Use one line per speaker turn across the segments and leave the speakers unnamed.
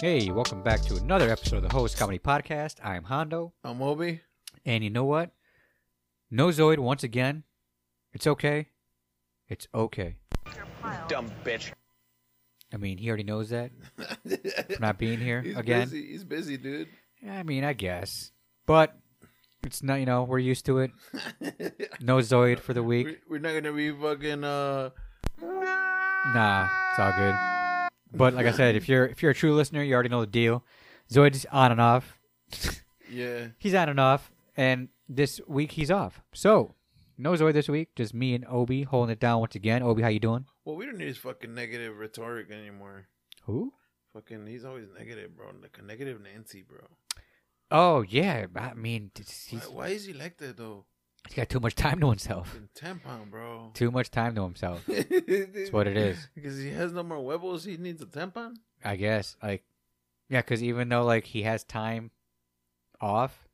Hey, welcome back to another episode of the Host Comedy Podcast. I'm Hondo,
I'm Obi.
and you know what? No Zoid once again. It's okay. It's okay.
dumb bitch.
I mean, he already knows that for not being here
He's
again.
busy. He's busy, dude.
I mean, I guess, but it's not. You know, we're used to it. No Zoid for the
We're,
week.
we're not gonna be fucking. Uh,
Nah, it's all good. But like I said, if you're if you're a true listener, you already know the deal. Zoid's on and off.
yeah,
he's on and off, and this week he's off. So no Zoid this week, just me and Obi holding it down once again. Obi, how you doing?
well, we don't need his fucking negative rhetoric anymore.
Who?
Fucking, he's always negative, bro. Like a negative Nancy, bro.
Oh yeah, I mean it's-
Why,
he's,
why is he like that though?
he's got too much time to himself.
Fucking tampon, bro.
Too much time to himself.
That's
what it is.
Because he has no more huevos, he needs a tampon.
I guess like yeah, because even though like he has time off,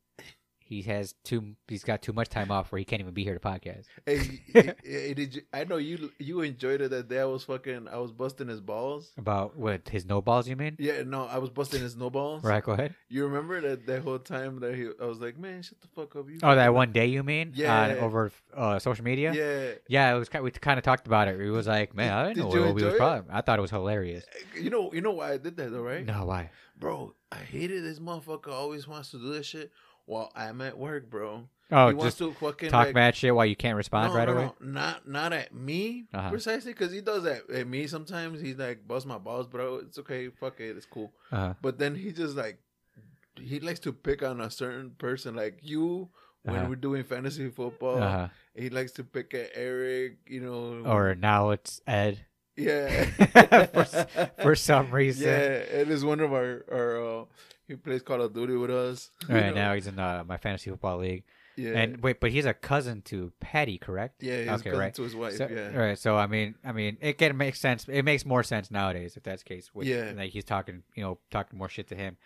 he has too he's got too much time off where he can't even be here to podcast.
Hey, hey, hey, did you, I know you you enjoyed it that day. I was fucking. I was busting his balls.
About what his no balls? You mean?
Yeah, no, I was busting his snowballs.
Right. Go ahead.
You remember that that whole time that he, I was like, man, shut the fuck up. You
Oh, that one day you mean?
Yeah.
On- over uh, social media.
Yeah.
Yeah, it was. ki- We kind of talked about it. It was like, man, I didn't
Did
know
you
what we was
enjoy it?
problem. I thought it was hilarious.
You know, you know why I did that though, right?
No, why?
Bro, I hated this motherfucker. Always wants to do this shit while I'm at work, bro.
Oh,
he wants
just
to fucking
talk
like,
mad shit while you can't
no,
respond right
no,
away.
no, not not at me
Uh-huh.
precisely because he does that at me sometimes. He's like, bust my balls, bro. It's okay, fuck it, it's cool.
Uh-huh.
But then he just like he likes to pick on a certain person, like you. When
Uh-huh.
we're doing fantasy football,
Uh-huh.
he likes to pick at Eric, you know,
Or now it's Ed
yeah,
for, s- for some reason.
Yeah, it is one of our our. Uh, he plays Call of Duty with us.
All
You
right
know?
now he's in uh, my fantasy football league.
yeah,
And wait, but he's a cousin to Patty, correct?
yeah, he's
okay, right.
to his wife.
So,
yeah,
All right, so I mean, I mean, it can make sense. It makes more sense nowadays if that's the case. Which,
Yeah.
like he's talking, you know, talking more shit to him.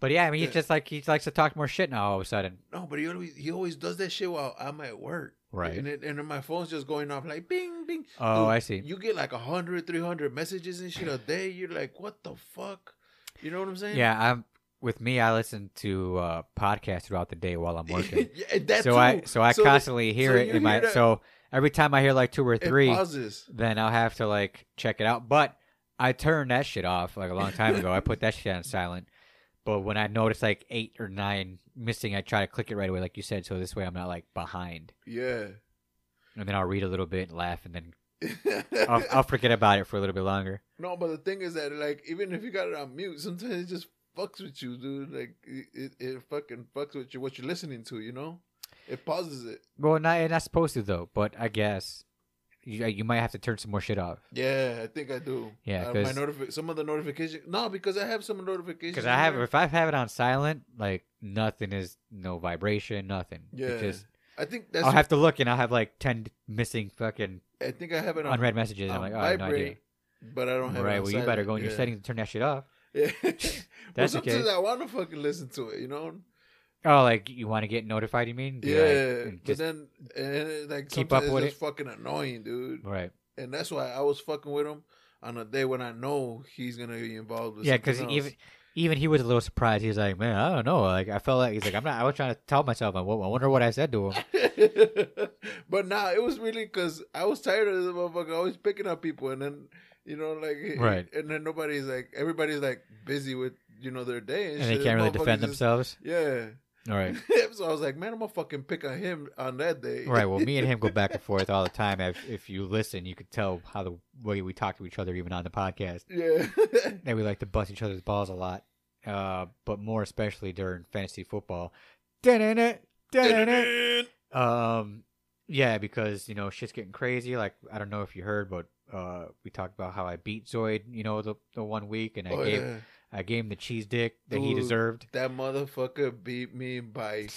But yeah, I mean, he's
Yeah.
just like he likes to talk more shit now all of a sudden.
no, but he always he always does that shit while I'm at work.
Right.
and it, and then my phone's just going off like bing bing.
Oh,
Dude,
I see.
You get like 100, 300 messages and shit a day. You're like, what the fuck? You know what I'm saying?
Yeah, I'm with me. I listen to uh, podcasts throughout the day while I'm working.
yeah that
so
too.
I so I
the-
constantly hear
so
it
you
in my
hear that-
so every time I hear like two or
it
three,
pauses.
then I'll have to like check it out. But I turned that shit off like a long time ago. I put that shit on silent. But when I notice like eight or nine missing, I try to click it right away, like you said. So this way, I'm not like behind.
Yeah.
And then I'll read a little bit and laugh, and then I'll, I'll forget about it for a little bit longer.
No, but the thing is that like even if you got it on mute, sometimes it just fucks with you, dude. Like it, it, it fucking fucks with you what you're listening to, you know? It pauses it.
Well, not not supposed to though, but I guess you, uh, you might have to turn some more shit off.
Yeah, I think I do.
Yeah,
uh, my
'cause-
notifi- some of the notification. No, because I have some notifications.
Because I have,
there.
if I have it on silent, like nothing is no vibration, nothing.
Yeah,
It just
I think that's.
I'll have to look and I'll have like ten missing fucking
I think I have it on,
unread messages. I'm
on
like, oh, I have no idea.
um, vibrate, but I don't have. it
Right,
on
well, you better
silent.
go in your
Yeah.
settings and turn that shit off.
Yeah. but
That's the
sometimes
case.
I want to fucking listen to it, you know.
Oh, like you want to get notified? You mean? Be
Yeah,
like, and
but
just-
then and it, like
keep
sometimes
up with
it's just fucking annoying, dude.
right.
and that's why I was fucking with him on a day when I know he's gonna be involved. With
Yeah,
something
because
else.
even even he was a little surprised. He was like, man, I don't know. Like I felt like he's like, I'm not. I was trying to tell myself. I wo- I wonder what I said to him.
but nah, it was really because I was tired of this motherfucker always picking up people, and then you know, like,
Right.
and then nobody's like, everybody's like busy with you know their day, and,
and they
shit.
can't really
Motherfuckers
defend
just-
themselves.
Yeah.
All right.
so I was like, man, I'm gonna fucking pick on him on that day.
Right. Well, me and him go back and forth all the time. If, if you listen, you could tell how the way we talk to each other, even on the podcast.
yeah.
And we like to bust each other's balls a lot, uh, but more especially during fantasy football. Um, Da-da-da, da-da-da. Um, yeah, because you know shit's getting crazy. Like I don't know if you heard, but uh, we talked about how I beat Zoid. You know the the one week, and I
Oh,
gave
yeah.
I gave him the cheese dick that he
Dude.
deserved.
That motherfucker beat me by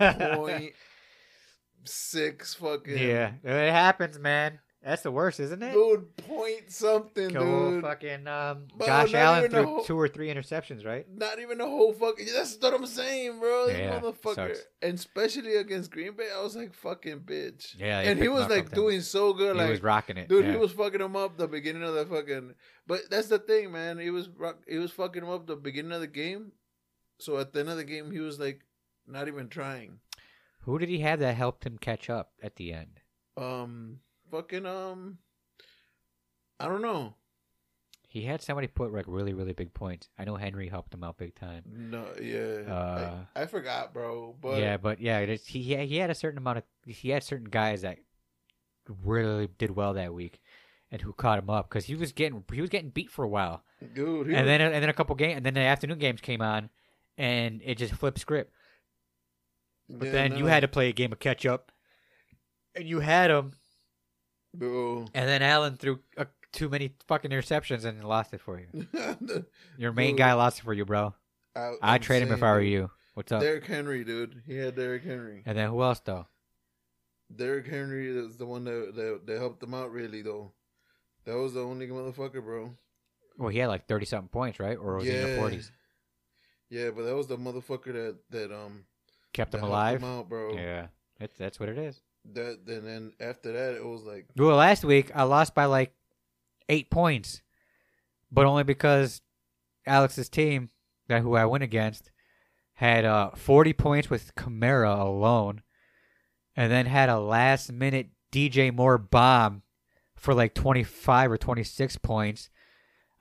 yeah,
point six fucking
it happens, man. That's the worst, isn't it?
Dude, point something,
Go
dude.
fucking um,
Bro,
Josh
not
Allen
even
threw
a whole-
two or three interceptions, right?
Not even a whole fucking. That's what I'm saying, bro. This
Yeah,
motherfucker,
sucks.
and especially against Green Bay, I was like, fucking bitch.
Yeah, they
and he
picked him
was
up
like
from them.
doing so good,
he
like
was rocking it,
Dude,
yeah.
he was fucking him up the beginning of the fucking. But that's the thing, man. He was rock- he was fucking him up the beginning of the game. So at the end of the game, he was like not even trying.
Who did he have that helped him catch up at the end?
Um, fucking um, I don't know.
He had somebody put like really, really big points. I know Henry helped him out big time.
No, yeah,
Uh,
I, I forgot, bro. But
yeah, but yeah, it is, he he he had a certain amount of he had certain guys that really did well that week, and who caught him up because he was getting he was getting beat for a while,
dude, he
and
was-
then and then a couple game and then the afternoon games came on, and it just flipped script. But
yeah,
then
no.
you had to play a game of catch up, and you had him,
Bro.
and then Allen threw uh too many fucking interceptions and lost it for you. Your main
Dude.
guy lost it for you, bro. I'd
I'm
trade him if
saying,
I were
dude.
you. What's up?
Derrick Henry, dude. He had Derrick Henry.
And then who else though?
Derrick Henry is the one that, that that helped them out really though. That was the only motherfucker, bro.
Well, he had like thirty something points, right? Or was he in the forties?
Yeah, but that was the motherfucker that that um
Kept
that
him
helped
alive.
him out, bro.
Yeah, that's that's what it is.
That then then after that it was like
Well, last week I lost by like eight points, but only because Alex's team, that who I went against, had uh, forty points with Camara alone, and then had a last minute DJ Moore bomb for like twenty five or twenty six points.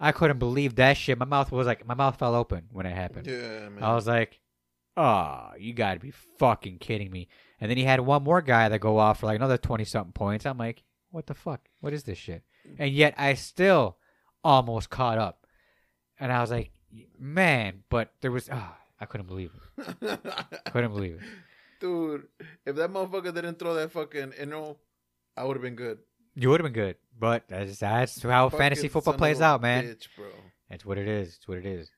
I couldn't believe that shit. My mouth was like my mouth fell open when it happened.
yeah man.
I was like, "Oh, you got to be fucking kidding me!" And then he had one more guy that go off for like another twenty something points. I'm like, "What the fuck? What is this shit?" And yet I still almost caught up, and I was like, "Man!" But there was, ah, I couldn't believe it. Couldn't believe it.
Dude, if that motherfucker didn't throw that fucking you know, I would have been good.
You would have been good, but that's, that's how Oh, fantasy
Fucking
football
son
plays
of a
out, man.
Bitch, bro.
That's what it is. It's what it is.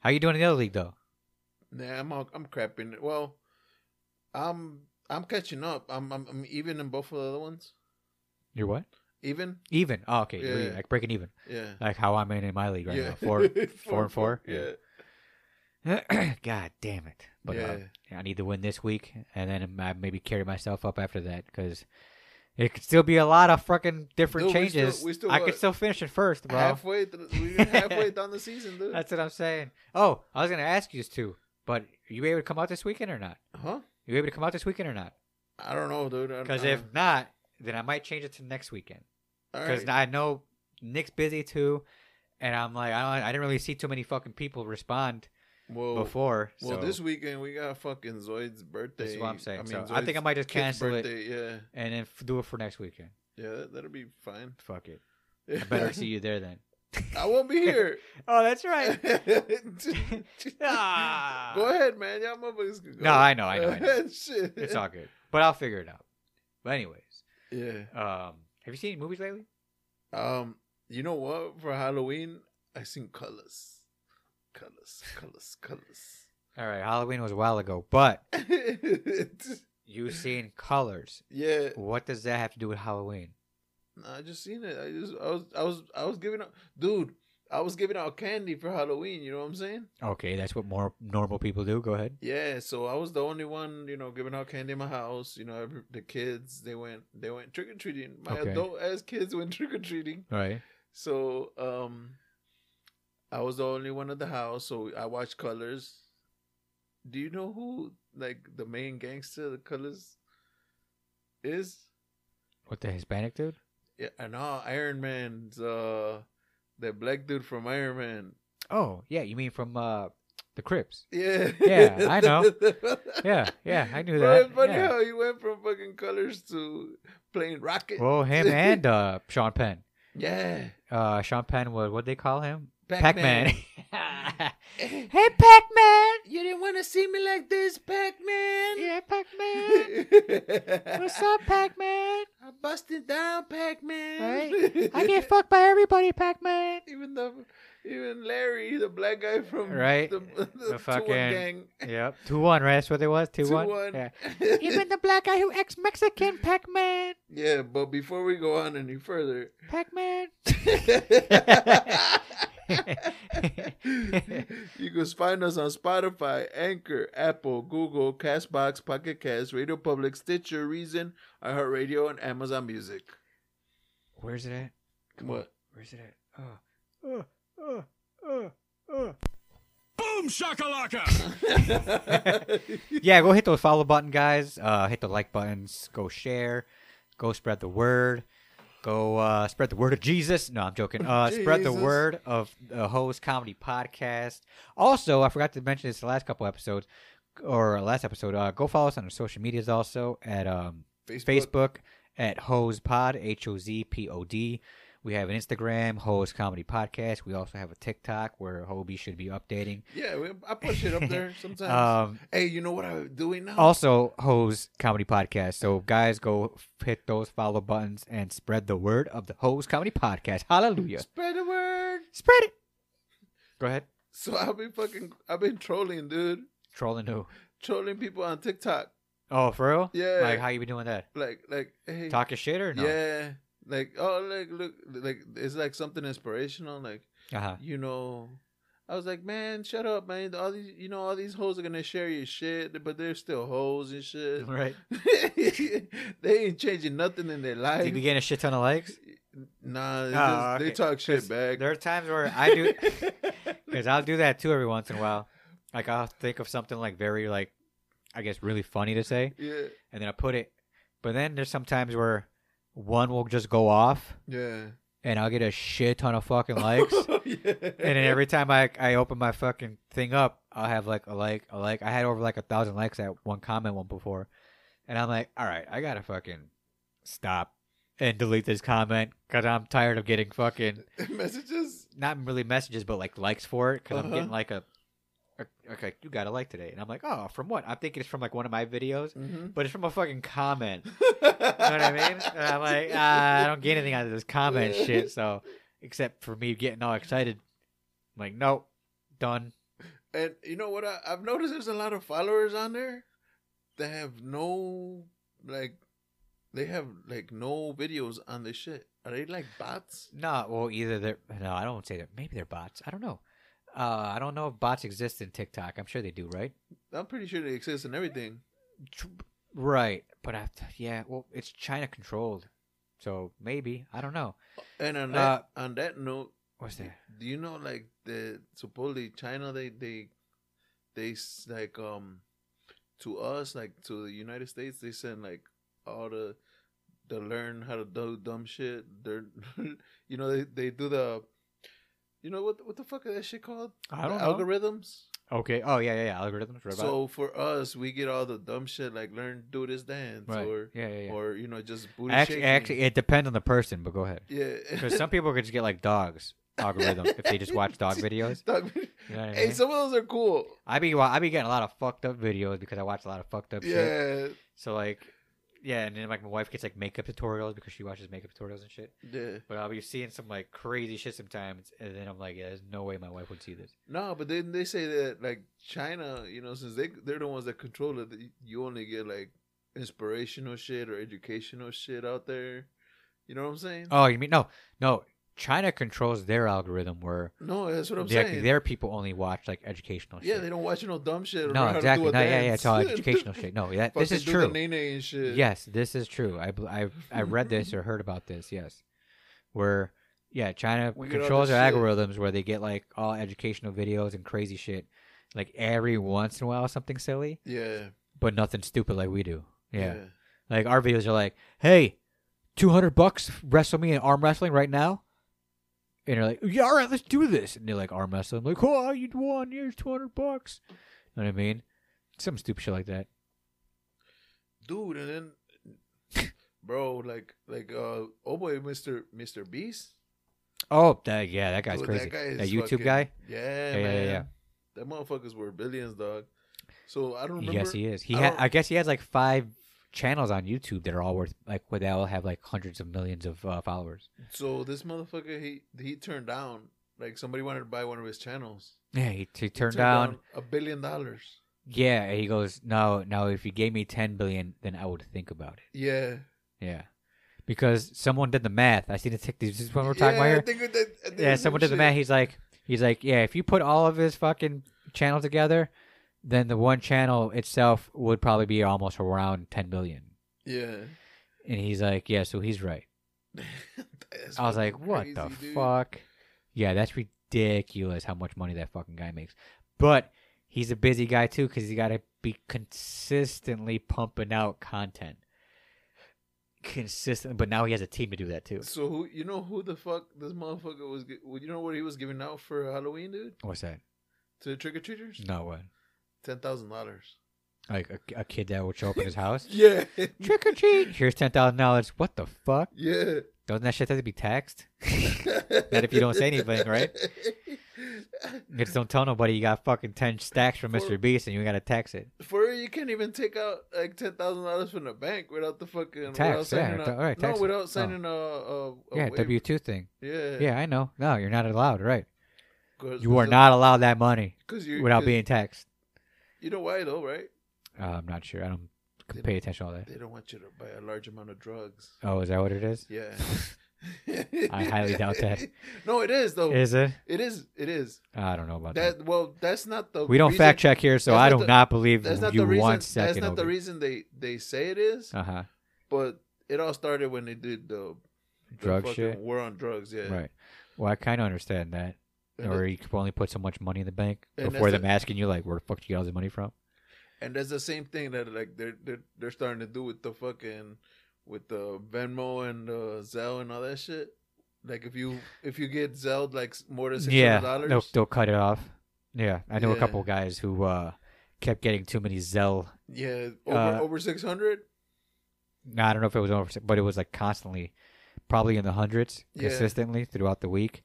How you doing in the other league though?
Nah, I'm all, I'm crapping. Well, I'm I'm catching up. I'm I'm, I'm even in both of the other ones.
You're what?
Even
Even. Oh, okay. You're
Yeah.
like breaking even.
yeah.
Like how I'm in in my league right now. Four, four and four.
Yeah.
God damn it! But uh,
Yeah.
I need to win this week, and then I maybe carry myself up after that because it could still be a lot of fucking different
Dude, we still-
changes.
we still,
I
uh,
could still finish it first, bro.
halfway, th- we're halfway down the season, dude.
That's what I'm saying. Oh, I was gonna ask you too, but are you able to come out this weekend or not?
huh?
you able to come out this weekend or not?
I don't know, dude. I-
Because
I-
if not, then I might change it to next weekend.
Uh, all
Because
right.
I know Nick's busy too, and I'm like, I, don't, I didn't really see too many fucking people respond
well,
before.
well,
so-
this weekend we got fucking Zoid's birthday.
That's what I'm saying.
I mean,
So I think I
Zoid's
might just
kid's
cancel it.
birthday. Yeah,
and then f- do it for next weekend.
yeah, that, that'll be fine.
Fuck it. I better see you there then.
I won't be here.
Oh, that's right. Ah.
Go ahead, man. Y'all motherfuckers can go.
No, I know, I know, I know.
Shit.
It's all good, but I'll figure it out. But anyways,
Yeah.
um, have you seen any movies lately?
Um, you know what? For Halloween, I seen colors, colors, colors,
All right, Halloween was a while ago, but
colors.
you seen Colors.
yeah.
What does that have to do with Halloween?
No, I just seen it. I just I was I was I was giving out dude, I was giving out candy for Halloween, you know what I'm saying?
Okay, that's what more normal people do. Go ahead.
Yeah, so I was the only one, you know, giving out candy in my house. You know, every, the kids they went they went trick or treating. My
Okay.
adult ass kids went trick or treating.
All right.
So um I was the only one at the house, so I watched Colors. Do you know who like the main gangster of the Colors is?
What the Hispanic dude?
Yeah, and all Iron Man's uh that black dude from Iron Man.
Oh, yeah. You mean from uh, the Crips?
Yeah.
Yeah, I know. Yeah, yeah. I knew
Bro,
that.
it's funny
Yeah.
how he went from fucking colors to playing rocket.
Well, him and uh, Sean Penn.
yeah.
Uh, Sean Penn was what they call him? Pac Man.
Pac-Man.
hey, Pac Man.
you didn't want to see me like this, Pac-Man.
Yeah, Pac Man. What's up, Pac Man?
I busted down, Pac-Man.
Right? I get fucked by everybody, Pac Man.
even the Even Larry, the black guy from
Right.
the, the, Two-One
fucking-
gang,
Yep. Two one, right? That's what it was. Two one.
Two-One.
Yeah. Even the black guy who ex Mexican Pac Man.
yeah, but before we go on any further,
Pac Man.
you can find us on Spotify, Anchor, Apple, Google, Castbox, Pocket Cast, Radio Public, Stitcher, Reason, iHeartRadio, and Amazon Music.
Where's it at? Come on.
What?
Where's it at? Oh. Uh, uh, uh, uh.
Boom shakalaka!
yeah, go hit the follow button, guys. Uh, hit the like buttons. Go share. Go spread the word. Go uh, spread the word of Jesus. No, I'm joking. Uh, spread the
Jesus.
word of the Hose Comedy Podcast. Also, I forgot to mention this the last couple episodes or last episode. Uh, go follow us on our social medias also at um, Facebook at Hose Pod, H O Z P O D. We have an Instagram, Hose Comedy Podcast. We also have a TikTok where Hobie should be updating.
Yeah, we- I push it up there sometimes.
Um,
hey, you know what I'm doing now?
also Hose Comedy Podcast. So guys, go f- hit those follow buttons and spread the word of the Hose Comedy Podcast. Hallelujah!
Spread the word.
Spread it. Go ahead.
So I've been fucking, I've been trolling, dude.
Trolling who?
Trolling people on TikTok.
Oh, for real?
Yeah.
Like how you been doing that?
Like, like, hey,
Talking shit or no?
yeah, like, oh, like, look, like, it's like something inspirational, like.
Uh huh.
you know, I was like, man, shut up, man. All these, you know, all these hoes are gonna share your shit, but they're still hoes and shit.
Right.
they ain't changing nothing in their life.
Did you get a shit ton of likes?
nah, they,
Oh,
just, they
okay.
talk shit
'Cause
back.
There are times where I do, because I'll do that too every once in a while. Like I'll think of something like very like, I guess really funny to say,
yeah,
and then I put it. But then there's sometimes where one will just go off,
yeah,
and I'll get a shit ton of fucking likes. and
yeah.
then every time I, I open my fucking thing up, I'll have like a like, a like. I had over like a thousand likes at one comment one before. And I'm like, all right, I gotta fucking stop and delete this comment because I'm tired of getting fucking,
messages.
not really messages, but like likes for it because I'm
Uh-huh.
getting like a, a, okay, you got a like today. And I'm like, oh, from what? I'm thinking it's from like one of my videos,
Mm-hmm.
but it's from a fucking comment. You know what I mean? And I'm like, ah, I don't get anything out of this comment shit. So, except for me getting all excited, I'm like, nope, done.
And you know what? I, I've noticed there's a lot of followers on there that have no like, they have like no videos on this shit. Are they like bots?
No, well, either they're no, I don't say that. Maybe they're bots. I don't know. Uh, I don't know if bots exist in TikTok. I'm sure they do, right?
I'm pretty sure they exist in everything.
Tr- Right, but I, yeah, well, it's China controlled, so maybe I don't know.
And on
Uh,
that on that note,
What's that?
do you know like the supposedly China they they they s- like um to us like to the United States they send like all the the learn how to do dumb shit. They're you know they they do the you know what what the fuck is that shit called?
I don't
The
know.
Algorithms.
Okay. Oh yeah, yeah, yeah. Algorithms. Robot.
So for us, we get all the dumb shit like learn do this dance
right.
or
yeah, yeah, yeah.
or you know just booty
actually,
shaking.
actually, it depends on the person, but go ahead.
yeah.
Because some people could just get like dogs algorithm if they just watch dog videos.
Dog vid-
You know what I
Hey,
mean?
some of those are cool.
I be wa- I be getting a lot of fucked up videos because I watch a lot of fucked up shit.
Yeah,
So like, yeah, and then like my wife gets like makeup tutorials because she watches makeup tutorials and shit.
yeah.
But I'll be seeing some like crazy shit sometimes, and then I'm like, yeah, there's no way my wife would see this.
No, but then they say that like China, you know, since they they're the ones that control it, that you only get like inspirational shit or educational shit out there. You know what I'm saying?
Oh, you mean no, no? China controls their algorithm where
no, that's what I'm
their,
saying.
their people only watch like educational
yeah,
shit.
they don't watch no dumb shit. Or
no,
learn
exactly.
How to do
No,
a
yeah, yeah,
dance.
it's all educational shit. No, that this
Fucking
is
do
true.
The nene and shit.
Yes, this is true. I bel- I I read this or heard about this. Yes, where yeah, China
We get all
controls
this
their
shit.
algorithms where they get like all educational videos and crazy shit, like every once in a while something silly,
Yeah.
but nothing stupid like we do. Yeah, like our videos are like, hey, two hundred bucks wrestle me in arm wrestling right now. And they're like, yeah, all right, let's do this. And they're like arm wrestling, like, oh, you won, here's two hundred bucks. You know what I mean? Some stupid shit like that.
dude, and then. Bro, like, like, uh, oh boy, Mister Mister Beast,
Oh, that, yeah, that guy's
Dude,
crazy. That,
guy is
YouTube
fucking-
guy.
Yeah,
Yeah, yeah,
man.
yeah.
That motherfucker's were billions, dog. So I don't remember.
Yes, he is. He
I
ha-
don't-
I guess he has like five channels on YouTube that are all worth like where they all have like hundreds of millions of uh, followers.
So this motherfucker, he he turned down Like somebody wanted to buy one of his channels.
Yeah, he, he
He
turned
took
down.
a billion dollars.
Yeah, and he goes, no, no. If you gave me ten billion, then I would think about
Yeah.
it. Yeah, because someone did the math. I seen the tick. This is what we're talking about
yeah, I
here.
think that, I think
Yeah,
it's
someone
some
did the
shit.
math. He's like, he's like, yeah. If you put all of his fucking channel together, then the one channel itself would probably be almost around ten billion.
Yeah.
And he's like, yeah. So he's right. I was like, what the fuck? Yeah, that's ridiculous how much money that fucking guy makes. But he's a busy guy too because he got to be consistently pumping out content. Consistent, but now he has a team to do that too.
So who you know who the fuck this motherfucker was? gi- well, You know what he was giving out for Halloween, dude,
What's that?
to trick or treaters?
No what?
Ten thousand dollars.
Like a, a kid that would show up at his house.
Yeah,
Trick or treat! Here's ten thousand dollars. What the fuck?
yeah.
Doesn't that shit have to be taxed? That if you don't say anything, right? You just don't tell nobody you got fucking ten stacks from
For-
Mr. Beast and you gotta tax it.
For real, you can't even take out like ten thousand dollars from the bank without the fucking without
Tax, yeah,
signing
ta-
a,
alright,
no,
tax it. Oh.
without signing a, a, a
yeah,
waiver.
W two thing.
yeah,
Yeah, I know. No, you're not allowed, right?
'cause-
You are
because-
not allowed that money
cause you,
without
'cause
being taxed.
You know why though, right?
Uh, I'm not sure. I don't
They
pay attention to all that.
They don't want you to buy a large amount of drugs.
Oh, is that what it is?
Yeah.
I highly doubt that.
No, it is though.
Is it?
It is. It is.
I don't know about that.
That well, that's not the.
We don't
reason-
fact check here, so
that's
I
not
do
the-
not believe
That's not
you
the reason.
one
that's
second.
not the reason they they say it is.
Uh huh.
but it all started when they did the, the
Drug
fucking
shit?
War on drugs. Yeah.
Right. Well, I kind of understand that.
And,
Or
it-
you can only put so much money in the bank
And
before
that's
them asking you, like, where the fuck do you get all this money from?
and that's the same thing that like they're they're they're starting to do with the fucking with the Venmo and uh, Zelle and all that shit. Like if you if you get Zelle like s- more than six
Yeah,
hundred
they'll,
dollars,
they'll cut it off. Yeah, I know a
Yeah.
couple guys who uh, kept getting too many Zelle
yeah, over
uh,
over six hundred,
No, I don't know if it was over, but it was like constantly, probably in the hundreds
Yeah.
consistently throughout the week.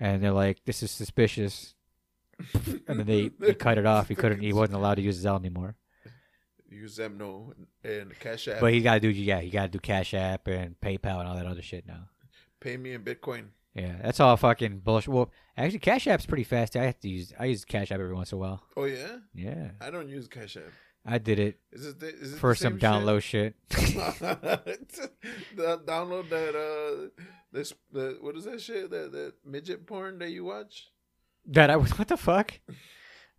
And they're like, "This is suspicious," and then they,
Mm-hmm.
they cut it off. He couldn't. He wasn't allowed to use Zelle anymore.
use Zemno and Cash App.
But he got to do yeah, he got to do Cash App and PayPal and all that other shit now.
pay me in Bitcoin.
Yeah, that's all fucking bullshit. Well, actually, Cash App's pretty fast. I have to use I use Cash App every once in a while.
Oh yeah,
Yeah,
I don't use Cash App.
I did it
Is it, the, is it
for
the
some
same
download shit.
shit? The- download that uh this the, what is that shit that that midget porn that you watch?
that I was what the fuck.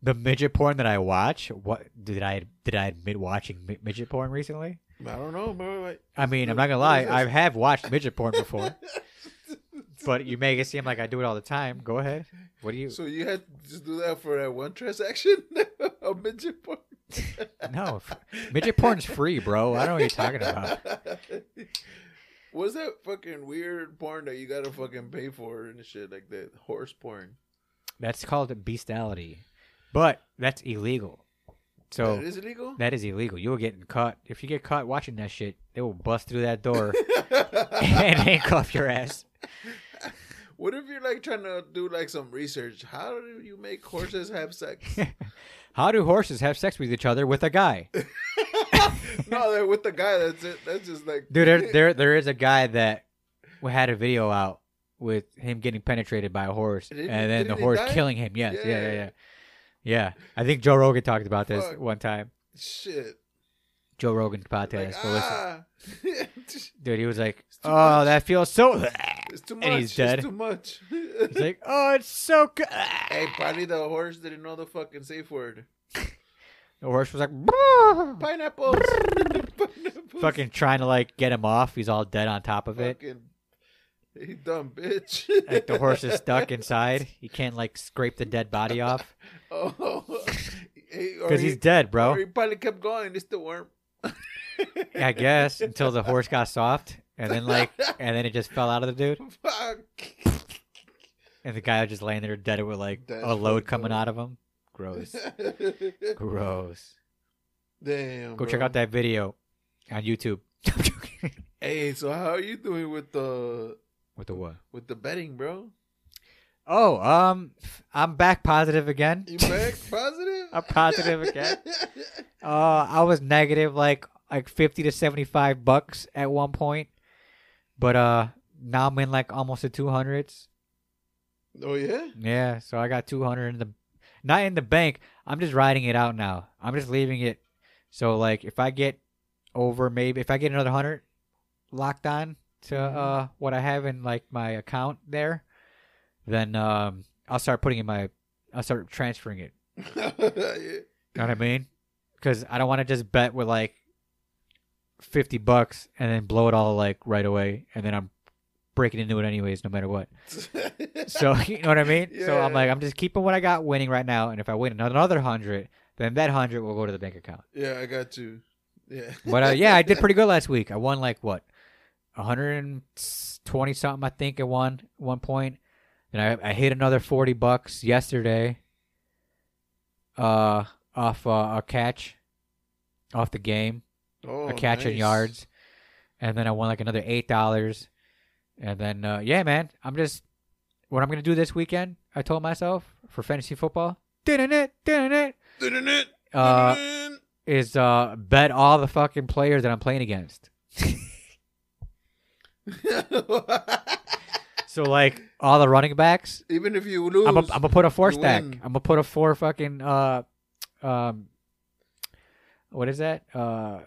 The midget porn that I watch, what did I did I admit watching mi- midget porn recently?
I don't know, bro. Like,
I mean, I'm not gonna
What
lie,
is
I
this?
have watched midget porn before, but you make it seem like I do it all the time. Go ahead. What do you?
so you had to just do that for that one transaction a midget porn.
No, f- midget porn's free, bro. I don't know what you're talking about.
What's that fucking weird porn that you gotta fucking pay for and shit like that horse porn?
That's called bestiality, but that's illegal. So
that is illegal.
that is illegal. You're getting caught. If you get caught watching that shit, they will bust through that door and handcuff your ass.
what if you're like trying to do like some research? How do you make horses have sex?
How do horses have sex with each other with a guy?
no, that with the guy. That's it. That's just like
Dude, there, there there is a guy that had a video out with him getting penetrated by a horse,
Didn't-
and then the
didn't he
horse
die?
killing him. Yes, yeah, yeah,
Yeah.
yeah, yeah. I think Joe Rogan talked about this
Fuck.
one time.
shit.
Joe Rogan podcast.
Like,
Go listen.
ah, it's
Dude, he was like,
too
"Oh,
much.
that feels so."
too much.
And he's dead.
It's too much.
He's like, "Oh, it's so good."
hey, probably the horse didn't know the fucking safe word.
The horse was like, "Brrr."
Pineapples. Pineapples.
fucking trying to like get him off. He's all dead on top of it.
Fucking- He dumb bitch.
Like the horse is stuck inside. He can't like scrape the dead body off
Oh, because
because he's dead, bro.
He probably kept going. It's the worm.
I guess until the horse got soft, and then like, and then it just fell out of the dude,
Fuck.
and the guy was just laying there dead with like
That's
a load
fucked
coming
up.
out of him. Gross, gross.
Damn.
Go check
bro.
out that video on YouTube. I'm joking.
Hey, so how are you doing with the
With the what?
with the betting, bro?
Oh, um, I'm back positive again.
You back positive?
I'm positive again. Uh, I was negative like like fifty to seventy five bucks at one point, but uh, now I'm in like almost the two hundreds.
Oh yeah.
Yeah, so I got 200 in the not in the bank. I'm just riding it out now. I'm just leaving it so like if I get over maybe if I get another 100 locked on to uh what I have in like my account there, then um I'll start putting in my I'll start transferring it.
Yeah.
You know what I mean? Cuz I don't want to just bet with like 50 bucks and then blow it all like right away and then I'm breaking into it anyways no matter what. So you know what I mean? So I'm
Yeah.
like, I'm just keeping what I got winning right now, and if I win another hundred, then that hundred will go to the bank account.
yeah, I got you. Yeah.
But uh, yeah, I did pretty good last week. I won like what, 120 something, I think. I won at one point, and I I hit another 40 bucks yesterday. Uh, off uh, a catch, off the game,
Oh,
a catch and
nice.
yards, and then I won like another eight dollars, and then uh, yeah, man, I'm just what I'm gonna do this weekend. I told myself for fantasy football, it, it,
Dun-dun-dun,
uh,
dun-dun-dun.
is uh bet all the fucking players that I'm playing against. So like all the running backs,
Even if you lose,
I'm gonna I'm put a four
you
stack.
win.
I'm gonna put a four fucking uh um what is that uh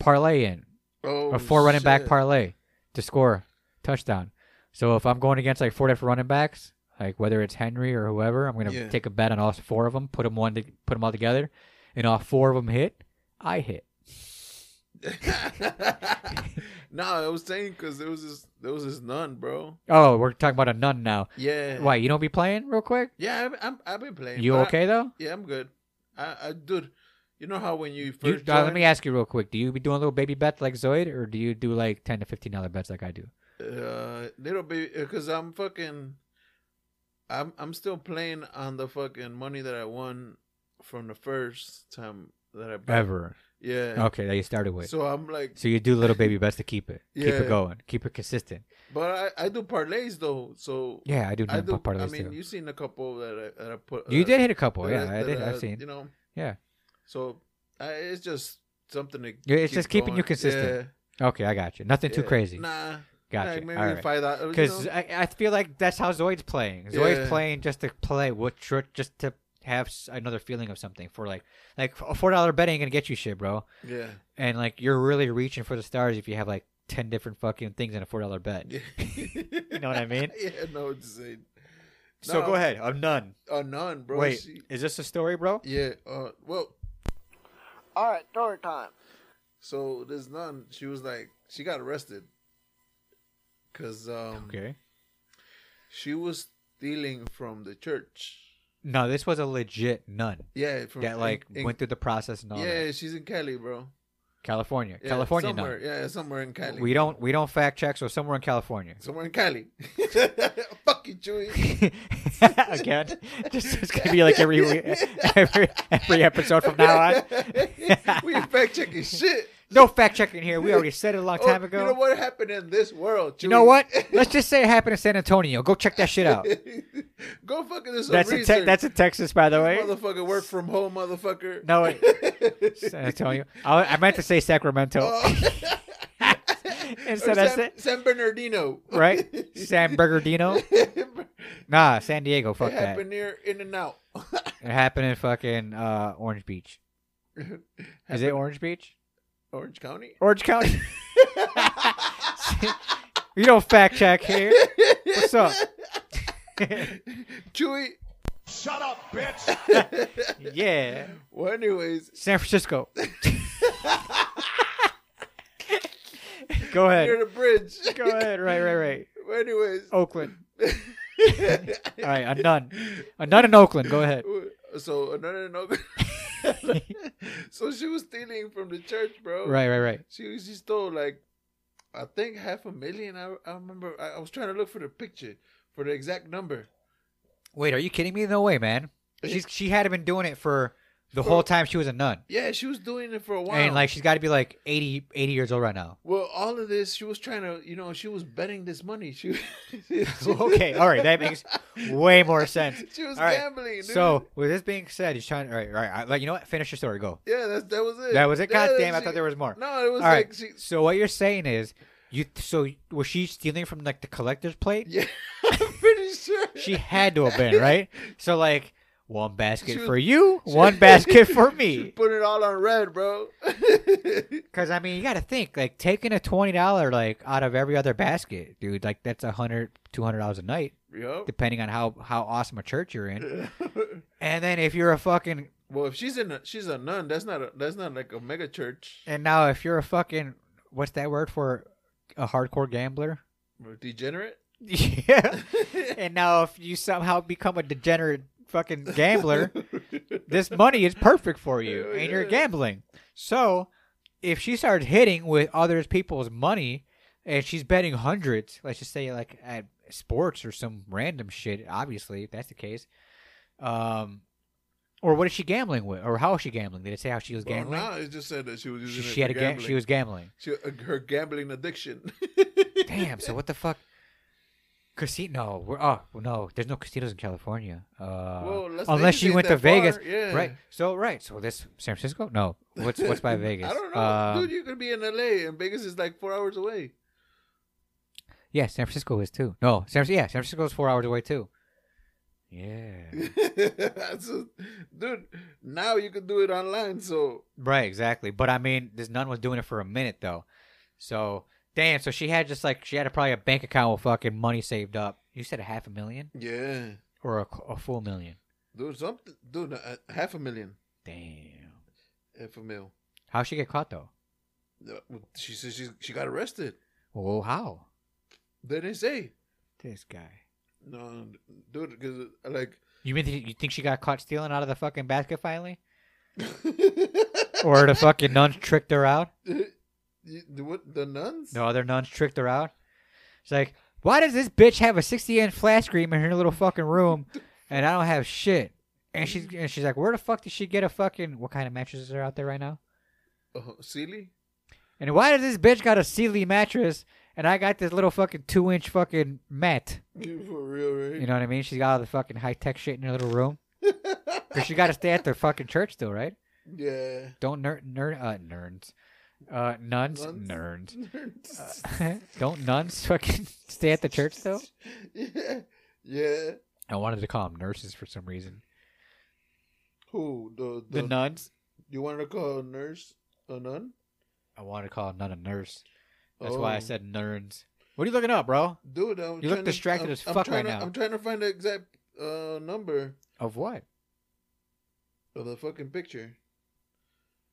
parlay in
oh,
a four running back
shit.
parlay to score touchdown. So if I'm going against like four different running backs, like whether it's Henry or whoever, I'm gonna
Yeah.
take a bet on all four of them, put them one, to, put them all together, and all four of them hit, I hit.
no, I was saying because there was this there was this nun, bro.
Oh, we're talking about a nun now.
Yeah.
Why you don't be playing real quick?
Yeah, I've, I'm, I've been playing.
You
but I-
okay though?
yeah, I'm good. I, I, dude, you know how when you
You,
first
uh, let
join-
me ask you real quick. Do you be doing little baby bets like Zoid, or do you do like ten to fifteen dollar bets like I do?
uh, little baby, because I'm fucking, I'm, I'm still playing on the fucking money that I won from the first time that I bet.
Ever? Oh,
Yeah.
Okay, that you started with. So,
So I'm like,
you do little baby bets to keep it, keep
Yeah.
it going, keep it consistent.
but I, I do parlays though, so
Yeah, I do.
I do.
part of
I
this
mean,
too.
you seen a couple that I, that I put.
You
that-
did hit a couple,
that
yeah. I
that
did. I've seen.
You know.
Yeah.
So I, it's just something to.
Yeah, it's just keeping you
going.
consistent. Okay, I got you. Nothing too
yeah.
crazy.
Nah.
Gotcha.
Like maybe
All right.
five dollars.
Because
Because
I, I feel like that's how Zoid's playing. Zoid's
Yeah.
playing just to play, with tr- just to have s- another feeling of something for like like a four dollar bet ain't gonna get you shit, bro.
yeah.
And like you're really reaching for the stars if you have like ten different fucking things in a four dollar bet.
yeah.
You know what I mean?
Yeah. No, it's a,
So
No.
go ahead. I'm none.
a nun, Uh, bro.
Wait,
she-
is this a story, bro?
yeah. Uh. Well.
All right, story time.
So this nun, she was like, she got arrested. Cause um,
Okay.
she was stealing from the church.
No, this was a legit nun
Yeah. From
that like
in- in-
went through the process and all
yeah,
that.
she's in Cali, bro.
California,
Yeah,
California nun.
somewhere, Yeah, somewhere in Cali.
We don't we don't fact check, so somewhere in California.
somewhere in Cali. Fuck you, Chewy.
Again, just it's gonna be like every we- every every episode from now on.
we ain't fact checking shit.
No fact checking here. We already said it a long time
Oh,
ago.
You know what happened in this world? Chewy?
You know what? Let's just say it happened in San Antonio. Go check that shit out.
Go fucking do some
That's in
research.
te- that's in Texas, by the way.
motherfucker work from home, motherfucker.
No, wait. San Antonio. I, I meant to say Sacramento.
Or
and so that's
Oh. San,
it,
San Bernardino.
right? San Bernardino. Nah, San Diego. Fuck
it
that.
happened near In and Out.
It happened in fucking uh, Orange Beach. Is it Orange Beach?
Orange County?
Orange County. you don't fact check here. What's up?
Chewy.
Shut up, bitch!
yeah.
Well, anyways,
San Francisco. Go ahead.
near the bridge.
Go ahead. Right, right, right.
Well, anyways.
Oakland. All right, a nun. A nun in Oakland. Go ahead.
So another no. so she was stealing from the church, bro.
Right, right, right.
She she stole like, I think half a million. I I remember I, I was trying to look for the picture for the exact number.
Wait, are you kidding me? No way, man. She's she had been doing it for the whole time she was a nun.
Yeah, she was doing it for a while.
And like she's got to be like 80, 80 years old right now.
well, all of this, she was trying to, you know, she was betting this money. She,
okay, all right, that makes way more sense.
she was
All right,
gambling. Dude.
So, with this being said, he's trying. All right, all right. I, like, you know what? Finish your story. Go.
yeah, that's that was it.
That was it.
Yeah,
God damn! I
she-
thought there was more.
No, it was
All right.
like she.
So what you're saying is, you so was she stealing from like the collector's plate?
Yeah, I'm pretty sure.
She had to have been, right? So like one basket
She was-
for you,
she-
one basket for
She
me.
put it all on red, bro.
Cause I mean, you gotta think like taking a twenty dollar like out of every other basket, dude. Like that's a hundred, two hundred dollars a night,
yup.
depending on how how awesome a church you're in. And then if you're a fucking
well, if she's in, a, she's a nun. That's not a, that's not like a mega church.
and now if you're a fucking what's that word for a hardcore gambler?
Degenerate.
Yeah. and now if you somehow become a degenerate fucking gambler, this money is perfect for you
Hell
and you're
yeah.
gambling. So if she starts hitting with other people's money and she's betting hundreds, let's just say like at sports or some random shit, obviously, if that's the case. Um or what is she gambling with? Or how is she gambling? Did it say how she was
Well,
gambling?
now it just said that she was
she,
using it
she had
for
a gam-
gambling.
she was gambling.
She- uh, her gambling addiction.
Damn, so what the fuck? Casino. We're oh no, there's no casinos in California. Uh,
Well, Las
unless
Vegas
you
ain't
went to
that far,
Vegas,
yeah.
right? So right, so this San Francisco? No, what's what's by Vegas?
I don't know,
Um,
dude. You could be in LA, and Vegas is like four hours away.
yeah, San Francisco is too. No, San yeah, San Francisco is four hours away too. Yeah,
So, dude, now you could do it online. So
right, exactly. But I mean, this nun was doing it for a minute though, so damn. So she had just like she had a, probably a bank account with fucking money saved up. You said a half a million
yeah,
or a, a full million?
dude, something, dude, uh, half a million,
Damn.
half a mil.
How she get caught though?
Uh, She says she she got arrested.
Well, how?
They didn't say
This guy.
no, dude, because like.
You mean th- you think she got caught stealing out of the fucking basket finally, or the fucking nuns tricked her out?
You- the what the nuns?
The other nuns tricked her out. It's like, why does this bitch have a sixty-inch flat screen in her little fucking room, and I don't have shit? And she's and she's like, where the fuck did she get a fucking what kind of mattresses are out there right now?
Oh, silly.
And why does this bitch got a Sealy mattress and I got this little fucking two-inch fucking mat?
You for real, right?
You know what I mean? She's got all the fucking high-tech shit in her little room. Cause she got to stay at the fucking church still, right?
Yeah.
Don't ner ner uh nerds. Uh nuns
Nuns?
nerds. Uh, don't nuns fucking stay at the church though?
yeah. Yeah.
I wanted to call them nurses for some reason.
Who? The, the,
The nuns?
You wanted to call a nurse a nun?
I wanted to call a nun a nurse. That's why I
Oh.
said nerds. What are you looking up, bro?
Dude, I'm
You look
trying to-
distracted
I'm-
as
I'm
fuck
trying
right
to-
now.
I'm trying to find the exact uh, number
Of what?
of the fucking picture.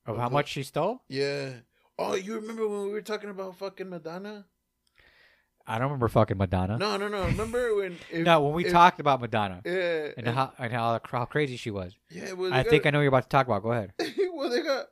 Of
Of
how
the-
much she stole?
Yeah. Oh, you remember when we were talking about fucking Madonna?
I don't remember fucking Madonna.
No, no, no. Remember when? If,
No, when we
if-
talked about Madonna
Yeah.
and how and how, how crazy she was.
yeah. Well,
I think I know what you're about to talk about. Go ahead.
well, they got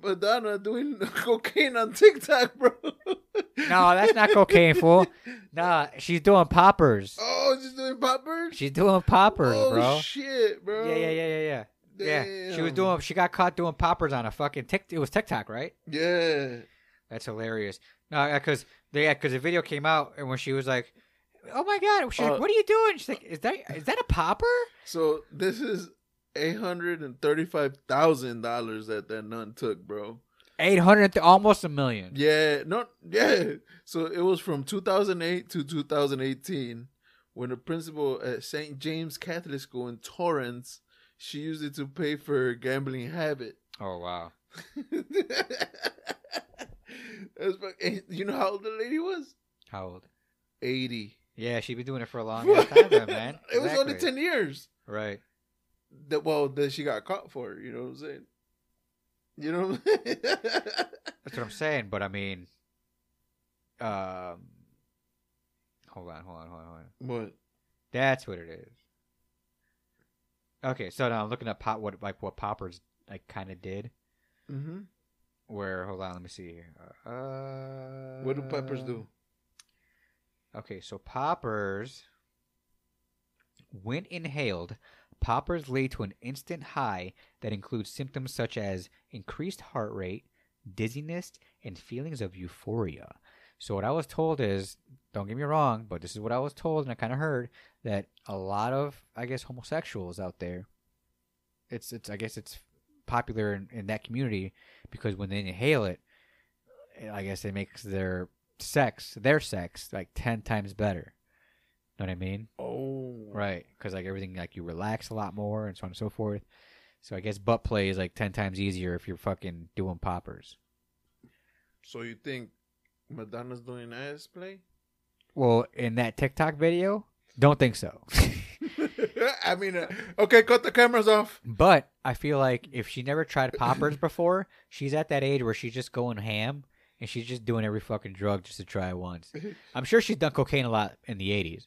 Madonna doing cocaine on TikTok, bro. no,
No, that's not cocaine, fool. Nah, she's doing poppers.
Oh, she's doing poppers.
She's doing poppers,
oh
bro.
shit, bro.
Yeah, yeah, yeah, yeah, yeah. Yeah, she was
Damn.
doing. She got caught doing poppers on a fucking tick. It was TikTok, right?
Yeah.
That's hilarious. No, because they because the video came out and when she was like, "Oh my god," she's
Uh,
like, "What are you doing?" She's like, "Is that is that a popper?"
So this is eight hundred and thirty-five thousand dollars that that nun took, bro.
Eight hundred, almost a million.
Yeah, no, yeah. So it was from two thousand eight to two thousand eighteen, when the principal at Saint James Catholic School in Torrance, she used it to pay for her gambling habit.
Oh wow.
That's fuck- and you know how old the lady was?
How old?
Eighty.
Yeah, she'd been doing it for a long ass time, then, man.
it was only
Exactly.
ten years.
Right.
that well that she got caught for it, you know what I'm saying? You know what I'm saying?
That's what I'm saying. But I mean, um, hold on, hold on, hold on, hold on.
What?
That's what it is. Okay, so now I'm looking at pop what like what poppers like kind of did.
hmm
Where hold on, let me see here. Uh,
What do peppers do?
Okay, so poppers, when inhaled, poppers lead to an instant high that includes symptoms such as increased heart rate, dizziness, and feelings of euphoria. So, what I was told is don't get me wrong, but this is what I was told, and I kind of heard that a lot of, I guess, homosexuals out there, it's, it's I guess, it's popular in, in that community because when they inhale it, I guess it makes their sex, their sex, like 10 times better. Know what I mean?
Oh,
Uh, Right. Because like everything, like you relax a lot more and so on and so forth. So I guess butt play is like ten times easier if you're fucking doing poppers.
So you think Madonna's doing ass play?
Well, in that TikTok video, don't think so.
I mean, uh, okay, cut the cameras off.
but I feel like if she never tried poppers before, she's at that age where she's just going ham and she's just doing every fucking drug just to try it once. I'm sure she's done cocaine a lot in the '80s,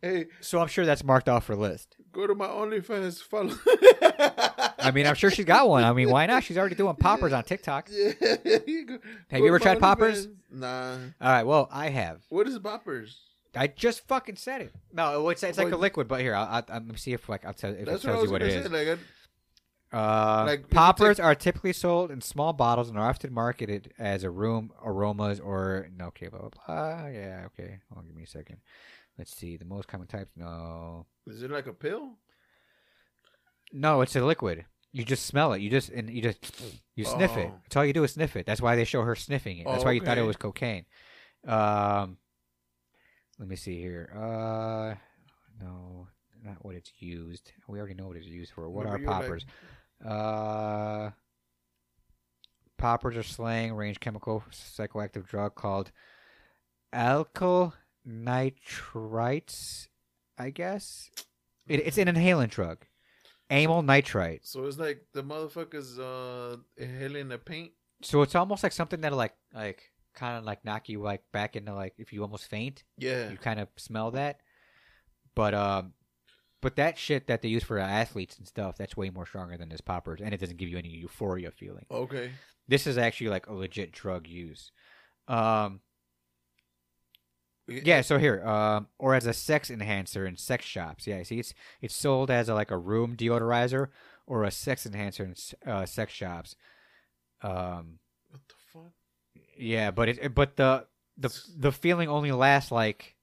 Hey,
so I'm sure that's marked off her list.
go to my OnlyFans. Follow.
I mean, I'm sure she's got one. I mean, why not? She's already doing poppers on TikTok.
Yeah, you go-
Have
go
you ever
to my
tried poppers?
OnlyFans. Nah.
All right. Well, I have.
What is poppers?
I just fucking said it. No, it's it's like
What-
a liquid, but here I'll, I'll, let me see if like I'll tell if
That's
it
what I
tells
was
you what
gonna
it
say.
is.
Like, I,
uh,
like, if you
poppers are typically sold in small bottles and are often marketed as a room aromas or no, okay, blah blah blah. Yeah, okay. Hold on, give me a second. Let's see the most common types. No,
is it like a pill?
no, it's a liquid. You just smell it. You just and you just you sniff it.
Oh.
That's all you do is sniff it. That's why they show her sniffing it. That's why you thought it
Okay.
was cocaine. Um, let me see here. Uh, no, not what it's used. We already know what it's used for. What
Remember you
are
were like-
poppers? Uh, poppers are slang range chemical psychoactive drug called alkyl nitrites. I guess it, it's an inhalant drug. Amyl nitrite.
So it's like the motherfuckers uh inhaling the paint.
So it's almost like something that'll like like kind of like knock you like back into like if you almost faint,
Yeah.
you kind of smell that. But um, but that shit that they use for athletes and stuff, that's way more stronger than this poppers, and it doesn't give you any euphoria feeling.
Okay.
This is actually like a legit drug use. Um, yeah. So here, um, or as a sex enhancer in sex shops. Yeah. See, it's it's sold as a, like a room deodorizer or a sex enhancer in s- uh, sex shops. Um.
What the fuck?
Yeah, but it but the the the feeling only lasts like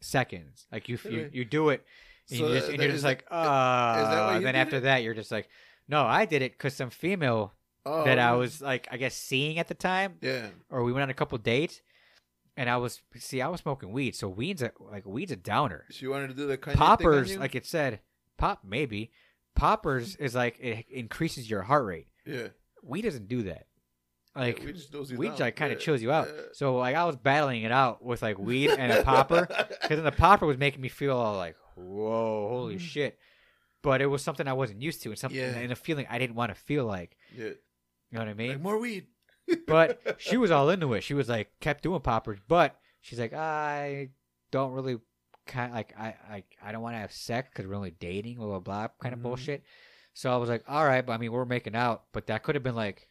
seconds. Like you you, you do it, and,
So
you just,
that-
and you're
that-
just
is
like,
that- is that why
ah.
you
then
did
after
it?
that, you're just like, no, I did it because some female
Oh,
that I was like, I guess seeing at the time,
Yeah.
or we went on a couple dates, and I was see, I was smoking weed, so weed's a, like weed's a downer.
She wanted to do the Kanye thing on
Poppers,
you?
like it said, pop maybe. Poppers is like it increases your heart rate.
yeah.
Weed doesn't do that. Like
yeah, we just those
weed like kind of chills you out. So like I was battling it out with like weed and a popper because then the popper was making me feel all like whoa, holy shit. But it was something I wasn't used to and something
Mm. Yeah.
and a feeling I didn't want to feel like.
yeah.
You know what I
Like
mean?
more weed.
but she was all into it. She was like kept doing poppers, but she's like I don't really kind like I I, I don't want to have sex because we're only dating blah blah blah kind of
Mhm.
bullshit. So I was like, all right, but I mean we're making out, but that could have been like,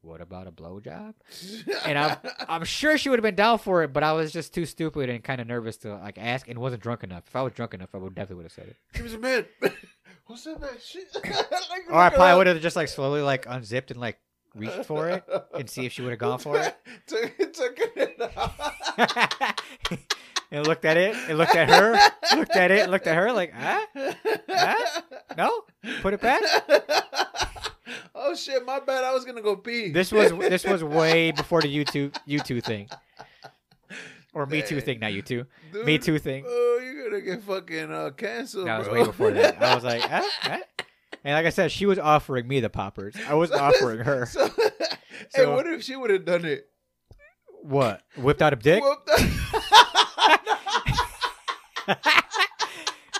what about a blowjob? and I'm I'm sure she would have been down for it, but I was just too stupid and kind of nervous to like ask and wasn't drunk enough. If I was drunk enough, I would definitely would have said it.
Give me some head. Who said that shit? like,
Or I probably would have just like slowly like unzipped and like reached for it and see if she would have gone for it.
took, took it out.
and looked at it, and looked at her, looked at it, and looked at her like, ah, Huh? no, put it back.
oh shit, my bad. I was gonna go pee.
This was this was way before the YouTube YouTube thing, or Me Too thing, not you two, Me
Dude,
Too thing.
Oh, you're gonna get fucking uh, canceled.
That was
bro.
way before that. I was like, ah, ah. and like I said, she was offering me the poppers. I was offering her
So, hey,
So-
what if she would have done it?
what whipped out a dick,
Whoop the-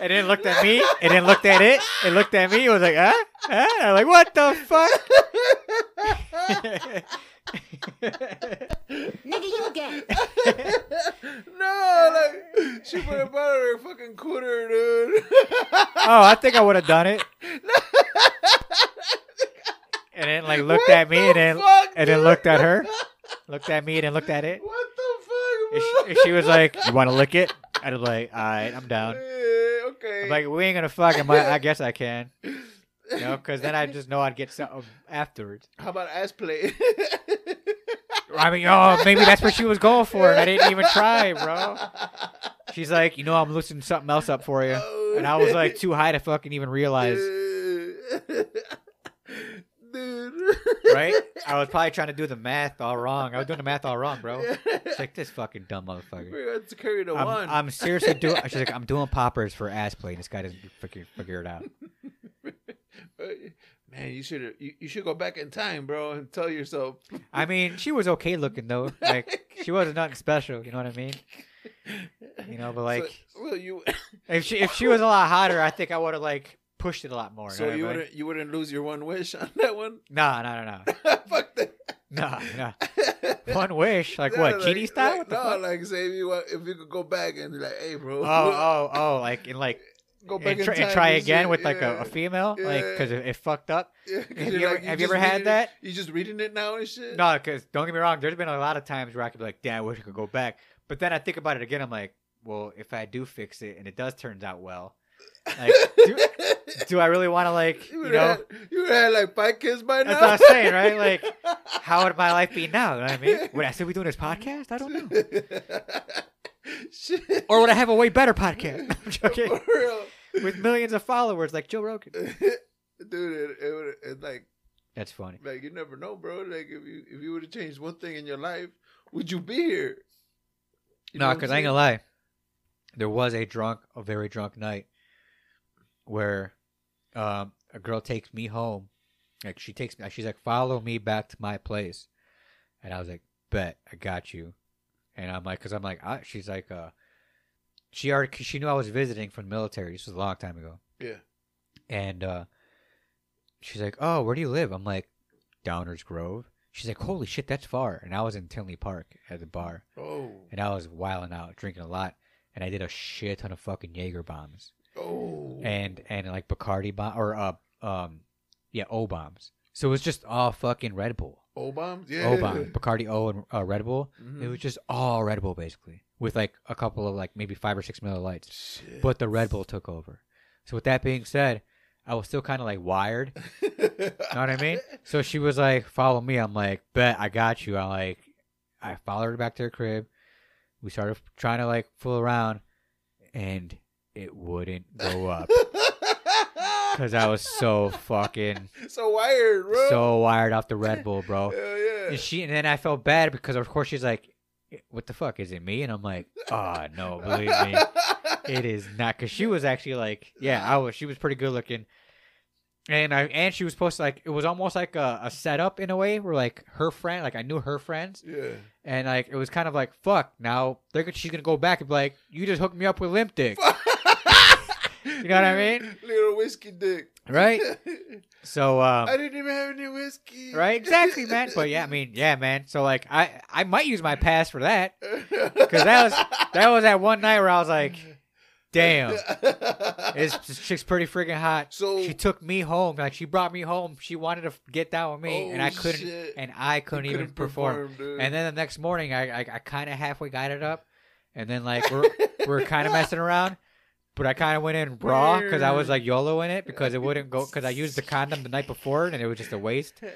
and then looked at me, and then looked at it, and looked at me. It was like, ah, ah. I'm like, what the fuck?
Nigga, you gay.
no, like she would have bought her fucking quarter, dude.
oh, I think I would have done it. and then like looked
What
at me,
the
and then
fuck,
and then
dude?
looked at her, looked at me, and then looked at it.
What the fuck?
And
bro?
she, and she was like, "You want to lick it?" I'd be like, "All right, I'm down."
Eh, okay.
I'm like, "We ain't gonna fuck him." I I guess I can, you know, because then I just know I'd get something afterwards.
How about ass play?
I mean, oh, maybe that's what she was going for, and I didn't even try, bro. She's like, "You know, I'm loosening something else up for you," and I was like, too high to fucking even realize.
dude.
right? I was probably trying to do the math all wrong. I was doing the math all wrong, bro. It's like this fucking dumb motherfucker.
We're going to carry the
I'm,
one.
I'm seriously doing. She's like, I'm doing poppers for ass play, and this guy doesn't figure, figure it out.
Uh, Man, you should you, you should go back in time, bro, and tell yourself.
I mean, she was okay looking though. Like she wasn't nothing special. You know what I mean? You know, but like,
so, well, you
if she if she was a lot hotter, I think I would have like pushed it a lot more.
so you
would
wouldn't you wouldn't lose your one wish on that one.
Nah, nah, nah,
Fuck that.
nah, nah, nah. One wish, like what?
No,
genie style?
Like,
what the
no,
fuck?
like say if you want, if you could go back and be like, hey, bro,
oh, oh, oh! Like in like
go back
and,
in
try
time
and try
and
again
see-
with like a,
yeah,
a female, like
yeah.
because it, it fucked up.
yeah, 'cause
have
you're
you ever-
like,
have you
just
ever had
reading it-
that?
You just reading it now and shit.
No, because don't get me wrong. There's been a lot of times where I could be like, "Damn, I wish I could go back." But then I think about it again. I'm like, "Well, if I do fix it and it does turns out well, like, do, do I really want to like,
you
you
would
know,
have you would have had like five kids by
That's
now.
what I'm saying, right? Like, how would my life be now? You know what I mean, would I still be doing this podcast? I don't know.
Shit.
Or would I have a way better podcast? I'm joking.
For real.
With millions of followers like Joe Rogan.
Dude, it, it would it like
That's funny.
like you never know, bro. Like if you if you would have changed one thing in your life, would you be here? You know
No,
what I'm
because I ain't gonna
saying?
lie. There was a drunk, a very drunk night where um, a girl takes me home. Like she takes me, she's like, "Follow me back to my place," and I was like, "Bet I got you." And I'm like, because I'm like, I, she's like, uh, she already, 'cause she knew I was visiting from the military. This was a long time ago,
Yeah.
and uh, she's like, "Oh, where do you live?" I'm like, "Downers Grove." She's like, "Holy shit, that's far!" And I was in Tinley Park at the bar
Oh.
and I was wilding out, drinking a lot, and I did a shit ton of fucking Jaeger bombs
Oh.
and and like Bacardi bomb or uh um yeah O bombs. So it was just all fucking Red Bull,
O bombs? Yeah.
O bomb, Bacardi O and uh, Red Bull.
Mhm.
It was just all Red Bull basically, with like a couple of like maybe five or six Miller Lights,
Shit.
but the Red Bull took over. So with that being said, I was still kind of like wired, know what I mean? So she was like, "Follow me." I'm like, "Bet I got you." I like, I followed her back to her crib. We started trying to like fool around, and it wouldn't go up because I was so fucking
so wired, bro.
so wired off the Red Bull, bro.
Hell yeah.
And she and then I felt bad because of course she's like, "What the fuck is it me?" And I'm like, "Ah, no, believe me." it is not because she was actually like yeah i was she was pretty good looking and i and she was supposed to like it was almost like a, a setup in a way where like her friend like i knew her friends
yeah.
and like it was kind of like fuck now they're gonna she's gonna go back and be like you just hooked me up with limp dick
you
know what I mean?
Little whiskey dick.
right so
I
um
didn't even have any whiskey.
right exactly man but yeah i mean yeah man so like i i might use my pass for that
Because
that was- that was that one night where i was like damn this, this chick's pretty freaking hot
so
she took me home. Like she brought me home. She wanted to f- get down with me, and
Oh,
I couldn't.
shit.
And I couldn't,
You
even perform.
dude.
And then the next morning, I I, I kind of halfway got it up, and then like we're we're kind of messing around, but I kind of went in raw because I was like YOLO in it because it wouldn't go because I used the condom the night before and it was just a waste.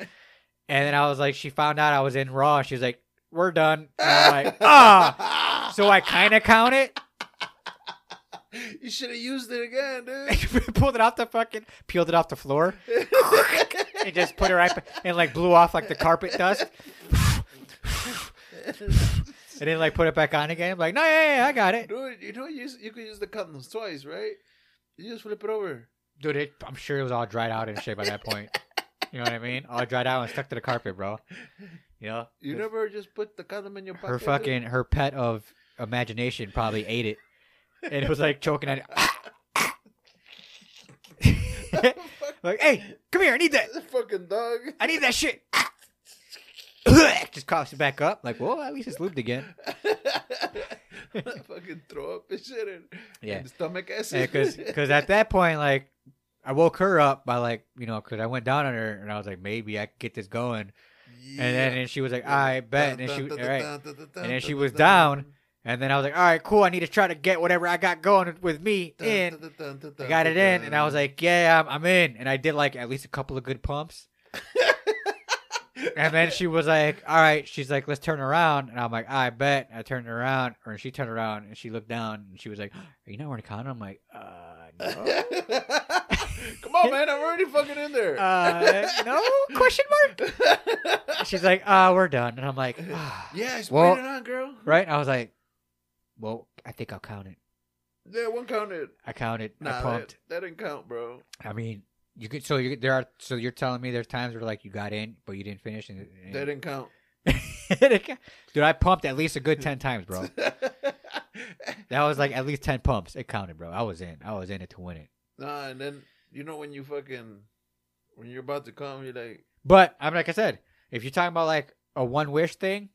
And then I was like, she found out I was in raw. She was like, "We're done." And I'm like, ah. So I kind of count it,
you should have used it again, dude.
pulled it off the fucking, peeled it off the floor. and just put it right ba- and like blew off like the carpet dust and then like put it back on again. I'm like, no, yeah, yeah, I got it,
Dude, you know you, use- you could use the condoms twice, right? You just flip it over.
dude. It, I'm sure it was all dried out and shit by that point. You know what I mean? All dried out and stuck to the carpet, bro. You know,
You never just put the condom in your pocket.
her
dude?
fucking her pet of imagination probably ate it, and it was like choking on it.
Fuck,
like, hey, come here, I need that.
the fucking dog.
I need that shit. Just coughs it back up. Like, well, at least it's lubed again.
fucking throw up and shit and,
Yeah.
and stomach acid.
because at that point like i woke her up by like you know because i went down on her and i was like maybe i could get this going and then and she was like i bet and then she all right and then she was down and then i was like all right cool i need to try to get whatever i got going with me in i got it in and i was like yeah i'm, I'm in and i did like at least a couple of good pumps and then she was like all right she's like let's turn around and i'm like i bet i turned around or she turned around and she looked down and she was like are you not wearing a condom i'm like uh no
Come on, man. I'm already fucking in there.
Uh, no question mark. She's like, ah, we're done, and I'm like, ah.
yeah, just
Well-
put it on, girl.
right? I was like, well, I think I'll count it.
Yeah, one counted.
I counted. I
Nah, that,
pumped.
that didn't count, bro.
I mean, you could. So you there are. So you're telling me there's times where like you got in, but you didn't finish. And, and
That didn't count.
Dude, I pumped at least a good ten times, bro. That was like at least ten pumps. It counted, bro. I was in. I was in it to win it.
nah, and then you know when you fucking when you're about to come, you're like,
But I mean, like I said, if you're talking about like a one wish thing,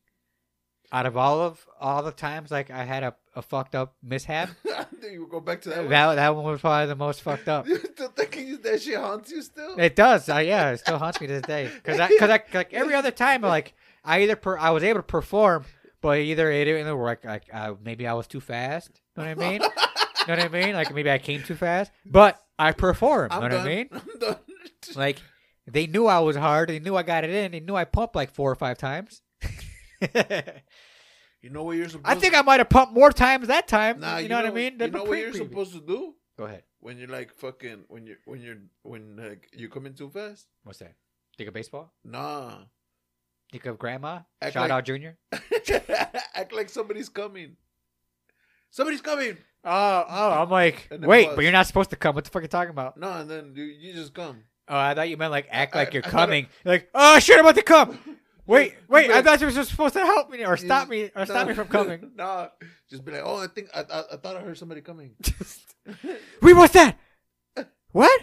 out of all of all the times like I had a, a fucked up mishap,
I think you go back to that.
that
one.
that one was probably the most fucked up.
You're still thinking that shit haunts you still?
It does. Uh, yeah, it still haunts me to this day. Because I, cause I, like every other time, like I either per, I was able to perform, but either it didn't work. Like I, maybe I was too fast. Know what I mean? know what I mean? Like maybe I came too fast, but I performed.
I'm
know
done.
what I mean?
I'm done.
Like they knew I was hard. They knew I got it in. They knew I pumped like four or five times.
You know what you're supposed
I think I might have pumped more times that time.
Nah,
you, know, what I mean?
You
Than
know what
pre-
you're
pre-
supposed to do?
Go ahead.
when you're like fucking when you're when you're when like you come in too fast
What's that? Think of baseball?
nah
Think of grandma?
Act
Shout
like-
out Junior.
act like somebody's coming somebody's coming
Oh, oh, I'm like,
And it
wait,
was.
but you're not supposed to come. What the fuck are you talking about?
no and then you, you just come
Oh, I thought you meant like act
I-
like you're
I thought
coming. like, oh shit, I'm about to come. Wait,
You-
wait,
you
I
better-
thought you were supposed to help me or
you
stop
just-
me or
no.
stop me from coming.
nah just be like oh i think i, I, I thought i heard somebody coming
wait, what's that? What?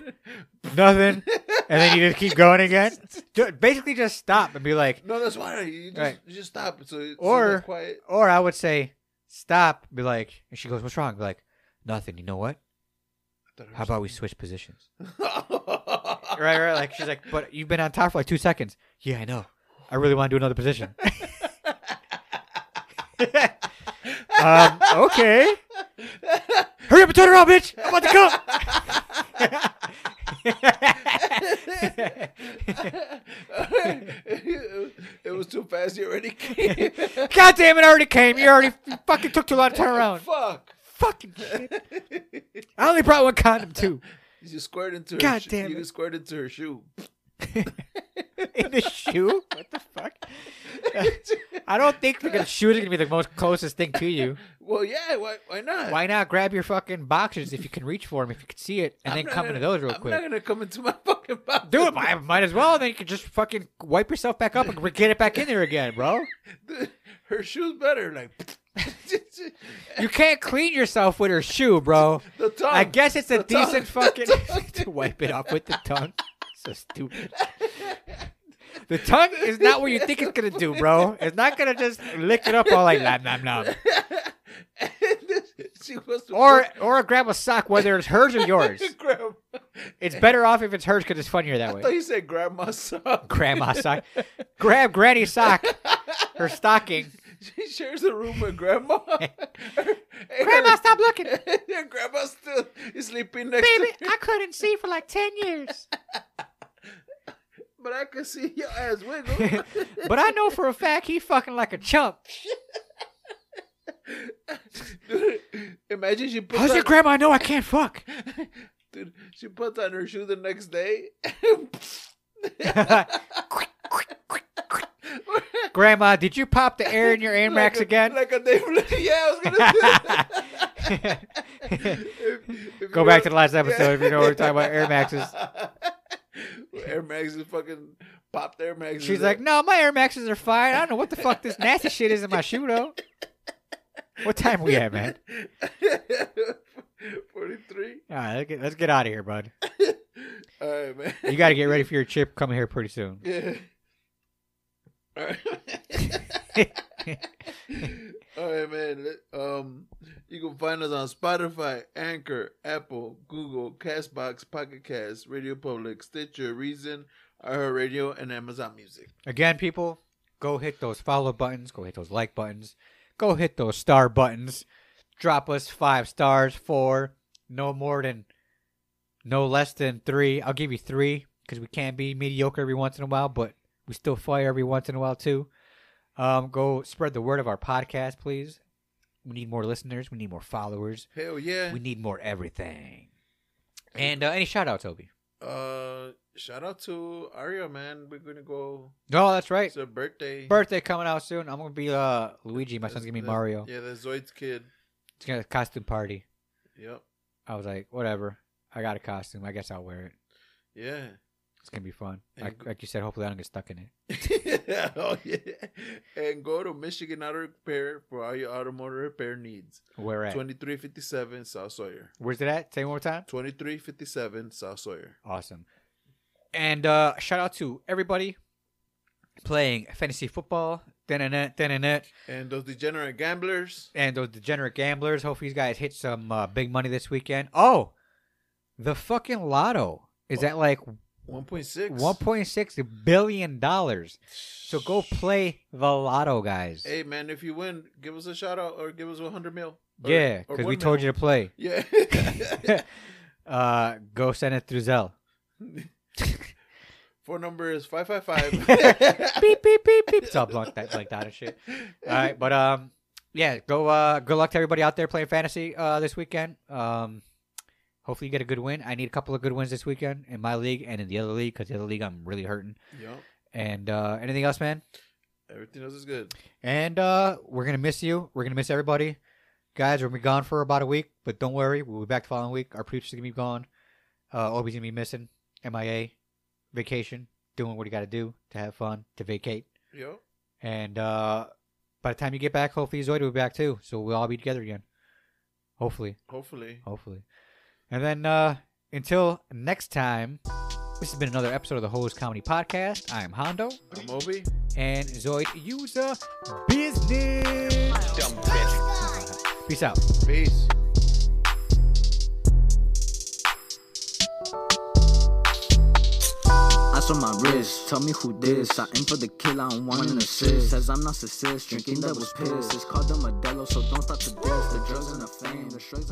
Nothing. And then you just keep going again. Ju- Basically, just stop and be like,
no that's why you just
Right.
you just stop so it's
Or-
like quiet
or I would say, stop. Be like, and she goes, what's wrong? Be like, nothing. You know what?
I thought I heard
How about we switch positions?
somebody-
right, right. Like she's like, but you've been on top for like two seconds. Yeah, I know. I really want to do another position. um, okay. Hurry up and turn around, bitch. I'm about to come.
it was too fast. You already came.
God damn it, I already came. You already you fucking took too long to turn around.
Fuck.
Fucking shit. I only brought one condom too.
You just squared into her.
God
sh-
damn
You
it.
just squared into her shoe.
In the shoe? What the fuck? I don't think the shoe is gonna be the most closest thing to you.
well, yeah. Why? Why not?
Why not grab your fucking boxers if you can reach for them, if you can see it, and
I'm
then
not
come into
gonna-
those real
I'm
quick?
not gonna come into my fucking mouth.
Do it, I might as well. Then you can just fucking wipe yourself back up and re- get it back in there again, bro.
Her shoe's better. Like
You can't clean yourself with her shoe, bro.
the tongue.
I guess it's a
The tongue.
decent fucking to wipe it off with the tongue. So stupid. The tongue is not what you think it's gonna do, bro. It's not gonna just lick it up all like nom nom nom.
she was to
Or or grab a sock, whether it's hers or yours.
grab.
It's better off if it's hers because it's funnier that
I thought
way.
you said grandma sock.
Grandma sock, grab granny sock, her stocking.
She shares a room with grandma.
Grandma, stop looking.
Your grandma still is sleeping next
Baby,
to me,
I couldn't see for like 10 years.
but I can see your ass wiggle.
But I know for a fact he fucking like a chump.
Dude, imagine she puts
How's
on,
your grandma know I can't fuck?
dude, she puts on her shoe the next day.
Quick, quick, quick, quick. grandma, did you pop the air in your
Like
Amex
a-
again?
Like a Dave. Lee- Yeah, I was gonna say. that. If- if
Go
you
back to
were-
the last episode
Yeah.
if you know what we're talking about Air Maxes.
Air Max is fucking popped Air Max.
She's like, no, my Air Maxes are fine. I don't know what the fuck this nasty shit is in my shoe, though. What time we at, man?
43.
All right, let's get, let's get out of here, bud.
All right, man.
You got to get ready for your chip coming here pretty soon.
Yeah. All right. All right, man. Let- Um, you can find us on Spotify, Anchor, Apple, Google, Castbox, Pocket Cast, Radio Public, Stitcher, Reason, iHeartRadio, and Amazon Music.
Again, people, go hit those follow buttons, go hit those like buttons, go hit those star buttons. Drop us five stars, four, no more than, no less than three. I'll give you three because we can be mediocre every once in a while, but we still fire every once in a while too. Um, go spread the word of our podcast, please. We need more listeners. We need more followers.
Hell yeah.
We need more everything. And uh, any shout outs, Toby?
Uh, shout out to Aria, man. We're gonna go.
No, that's right.
It's her birthday.
Birthday coming out soon. I'm gonna be uh Luigi. My son's gonna be
That's-
Mario.
Yeah, the Zoid's kid.
It's gonna be a costume party.
Yep.
I was like, whatever. I got a costume. I guess I'll wear it.
Yeah.
It's gonna be fun.
And
Like,
go-
like you said, hopefully I don't get stuck in it.
oh yeah. And go to Michigan Auto Repair for all your automotive repair needs.
Where at?
Twenty three fifty seven South Sawyer.
Where's it at? Say it one more time.
Twenty three fifty seven South Sawyer.
Awesome. And uh, shout out to everybody playing fantasy football. Dun-dun-dun, dun-dun-dun.
And those degenerate gamblers.
And those degenerate gamblers. Hopefully, you guys hit some uh, big money this weekend. Oh, the fucking lotto is at like
One point six.
$1.6 billion. So go play the lotto, guys.
Hey man, if you win, give us a shout out or give us a hundred mil. Or-
yeah,
or
because
one
we told you
mil.
to play.
Yeah.
uh, go send it through Zelle.
Phone number is five five five.
beep, beep, beep, beep. So I'll block that like that and shit. All right, but um, yeah, go. Uh, good luck to everybody out there playing fantasy uh this weekend. Um, hopefully you get a good win. I need a couple of good wins this weekend in my league and in the other league because the other league I'm really hurting.
Yup.
And uh, anything else, man?
Everything else is good.
And uh, we're gonna miss you. We're gonna miss everybody, guys. We're gonna be gone for about a week, but don't worry, we'll be back the following week. Our producer's gonna be gone. Uh, Obi's gonna be missing. MIA, vacation, doing what you got to do to have fun, to vacate.
Yup.
And uh, by the time you get back, hopefully Zoid will be back too. So we'll all be together again. Hopefully.
Hopefully.
Hopefully. And then uh, until next time, this has been another episode of the Hose Comedy Podcast. I am Hondo.
I'm Obi.
And Zoid, user business.
Dumb bitch.
Peace out.
Peace.
Eyes on my wrist, tell me who this. I aim for the kill, I don't want an assist. Says I'm narcissist, drinking that was piss. It's called the Modelo, so don't stop to diss. The drugs and the fame, the shrugs.